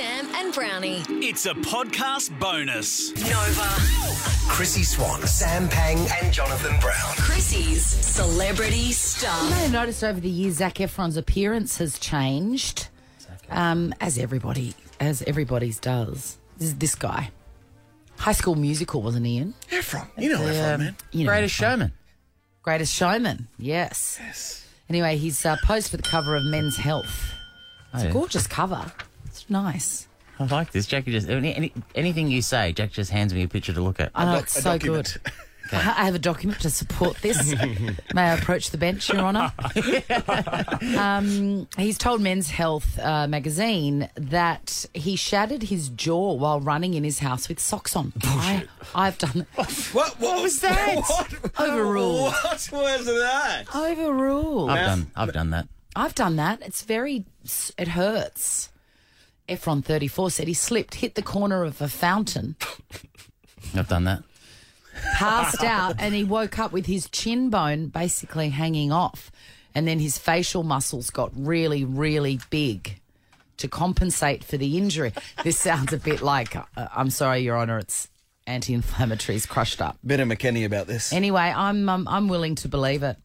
and Brownie. It's a podcast bonus. Chrissy Swan, Sam Pang, and Jonathan Brown. Chrissy's Celebrity Star. You may have noticed over the years Zach Efron's appearance has changed, um, as everybody as everybody's does. This is this guy, High School Musical, wasn't he in? Um, Efron. You know Efron, man. You know, Greatest showman. Greatest Showman. Yes. Yes. Anyway, he's uh, posed for the cover of Men's Health. Oh, yeah. Gorgeous cover. It's nice. I like this. Jackie just any, any, anything you say, Jack just hands me a picture to look at. I know doc- it's a so document. good. I have a document to support this. May I approach the bench, Your Honour? um, he's told Men's Health uh, magazine that he shattered his jaw while running in his house with socks on. I, I've done What, what was that? What? Overruled. What was that? overruled. I've done. I've done that. I've done that. It's very, it hurts. Efron 34 said he slipped, hit the corner of a fountain, I've done that. passed out, and he woke up with his chin bone basically hanging off. And then his facial muscles got really, really big to compensate for the injury. This sounds a bit like, uh, I'm sorry, Your Honour, it's anti inflammatories crushed up. Bit of McKenny about this. Anyway, I'm, um, I'm willing to believe it.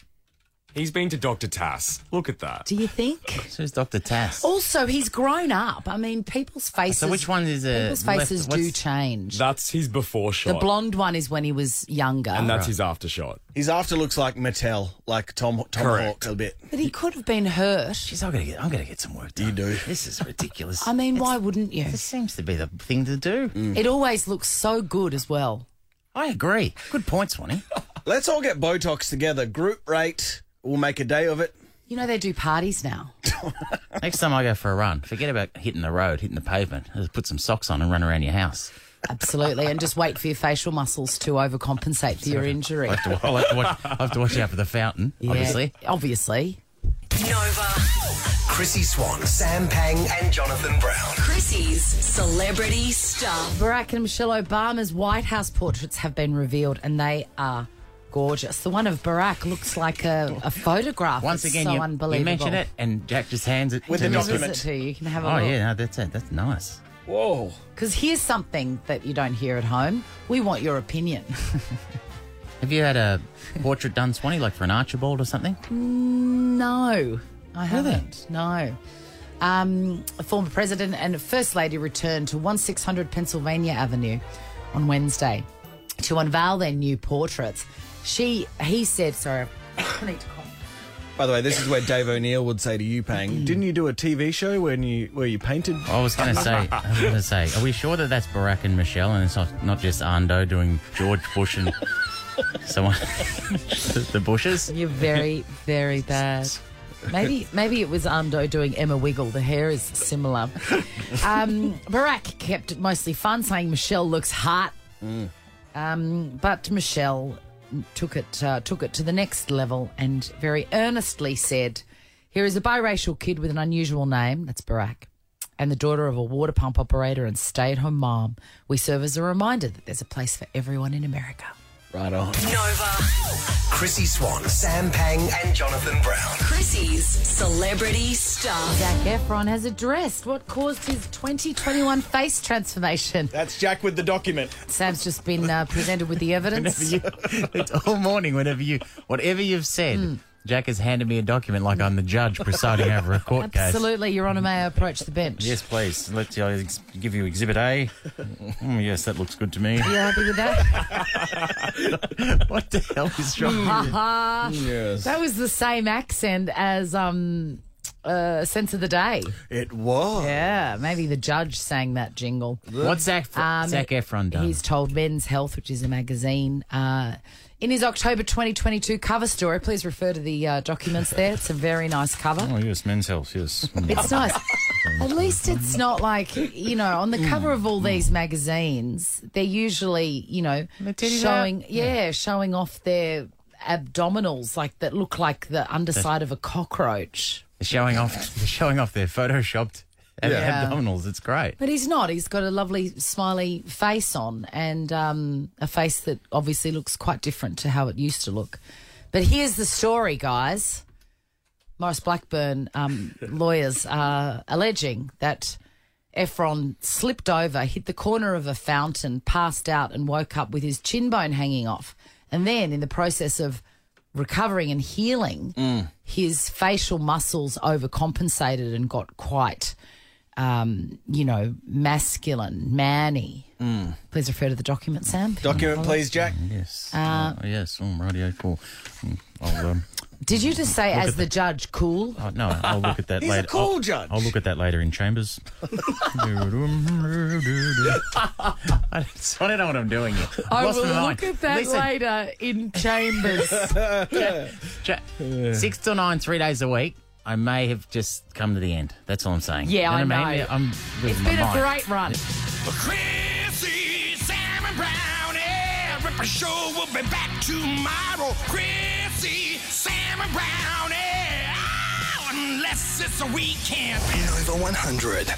He's been to Dr. Tass. Look at that. Do you think? So is Dr. Tass. Also, he's grown up. I mean, people's faces. so which one is a People's faces left, do what's- change. That's his before The shot. blonde one is when he was younger. and that's his after shot. His after looks like Mattel, like Tom Tom Correct. Hawk a bit. but he could have been hurt. Jeez, I'm gonna get. I'm gonna get some work done. You do. This is ridiculous. I mean, why wouldn't you? this seems to be the thing to do. Mm. It always looks so good as well. I agree. Good points, Swanee. Let's all get Botox together. Group rate. We'll make a day of it. You know, they do parties now. Next time I go for a run, forget about hitting the road, hitting the pavement. Just put some socks on and run around your house. Absolutely. and just wait for your facial muscles to overcompensate for your injury. I have to, I'll have to watch, I'll have to watch out for the fountain, obviously. Yeah, obviously. Chrissy Swan, Sam Pang, and Jonathan Brown. Chrissy's Celebrity Star. Barack and Michelle Obama's White House portraits have been revealed, and they are gorgeous. The one of Barack looks like a, a photograph. Once It's again, so you, unbelievable. you mention it, and Jack just hands it With to the me. What is document. it to you? You can have a Oh look. yeah, no, that's it. That's nice. Whoa. Because here's something that you don't hear at home. We want your opinion. Have you had a portrait done, Swanee, like for an Archibald or something? No, I Really? haven't. No. Um, a former president and first lady returned to 1600 Pennsylvania Avenue on Wednesday to unveil their new portraits. She, he said, sorry, I need to cough. By the way, this is where Dave O'Neill would say to you, Pang, didn't you do a TV show when you where you painted? I was going to say, I was going to say, are we sure that that's Barack and Michelle, and it's not not just Ando doing George Bush and someone the, the Bushes? You're very, very bad. Maybe, maybe it was Armdo doing Emma Wiggle. The hair is similar. Um, Barack kept it mostly fun, saying Michelle looks hot, um, but Michelle took it uh, took it to the next level and very earnestly said, "Here is a biracial kid with an unusual name. That's Barack." And the daughter of a water pump operator and stay at home mom, we serve as a reminder that there's a place for everyone in America. Right on. Chrissy Swan, Sam Pang, and Jonathan Brown. Chrissy's Celebrity Star. Zac Efron has addressed what caused his 2021 face transformation. That's Jack with the document. Sam's just been uh, presented with the Whenever evidence. you, it's all morning. Whenever you, whatever you've said, Jack has handed me a document like I'm the judge presiding over a court case. Absolutely, Your Honour, may I approach the bench? Yes, please. Let's I'll ex- give you Exhibit A. Mm, yes, that looks good to me. You happy with that? what the hell is wrong? with you? Yes. that was the same accent as um, uh, Sense of the Day. It was. Yeah, maybe the judge sang that jingle. What's Zach, Um, Zac Efron done? He's told Men's Health, which is a magazine, uh, in his October 2022 cover story. Please refer to the uh, documents there. It's a very nice cover. oh yes, men's health. Yes. Mm. It's nice. At least it's not like, you know, on the cover of all these magazines, they're usually, you know, titties out. showing, yeah, showing off their abdominals like that look like the underside of a cockroach. They're showing off they're showing off their photoshopped ab- Yeah. abdominals. It's great. But he's not. He's got a lovely smiley face on and um, a face that obviously looks quite different to how it used to look. But here's the story, guys. Morris Blackburn um, lawyers are alleging that Efron slipped over, hit the corner of a fountain, passed out, and woke up with his chin bone hanging off. And then, in the process of recovering and healing, his facial muscles overcompensated and got quite, um, you know, masculine, manny. Please refer to the Mm. document, Sam. Document, please, Jack. uh, Yes. oh, yes. Oh, radio cool. Mm, I'll, um, Did you just say, as the judge, cool? oh, no, I'll look at that He's a later. cool I'll, judge. I'll look at that later in chambers. I don't- I don't know what I'm doing. Here. I Lost will my mind. look at that Listen, later in chambers. Jack, six to nine, three days a week. I may have just come to the end. That's all I'm saying. Yeah, You what I know. I'm it's losing my been a mind. great run. Chrissy, Sam and Brownie. Ripper Show will be back tomorrow. Chrissy, Sam and Brownie. Oh, unless it's a weekend. Nova 100.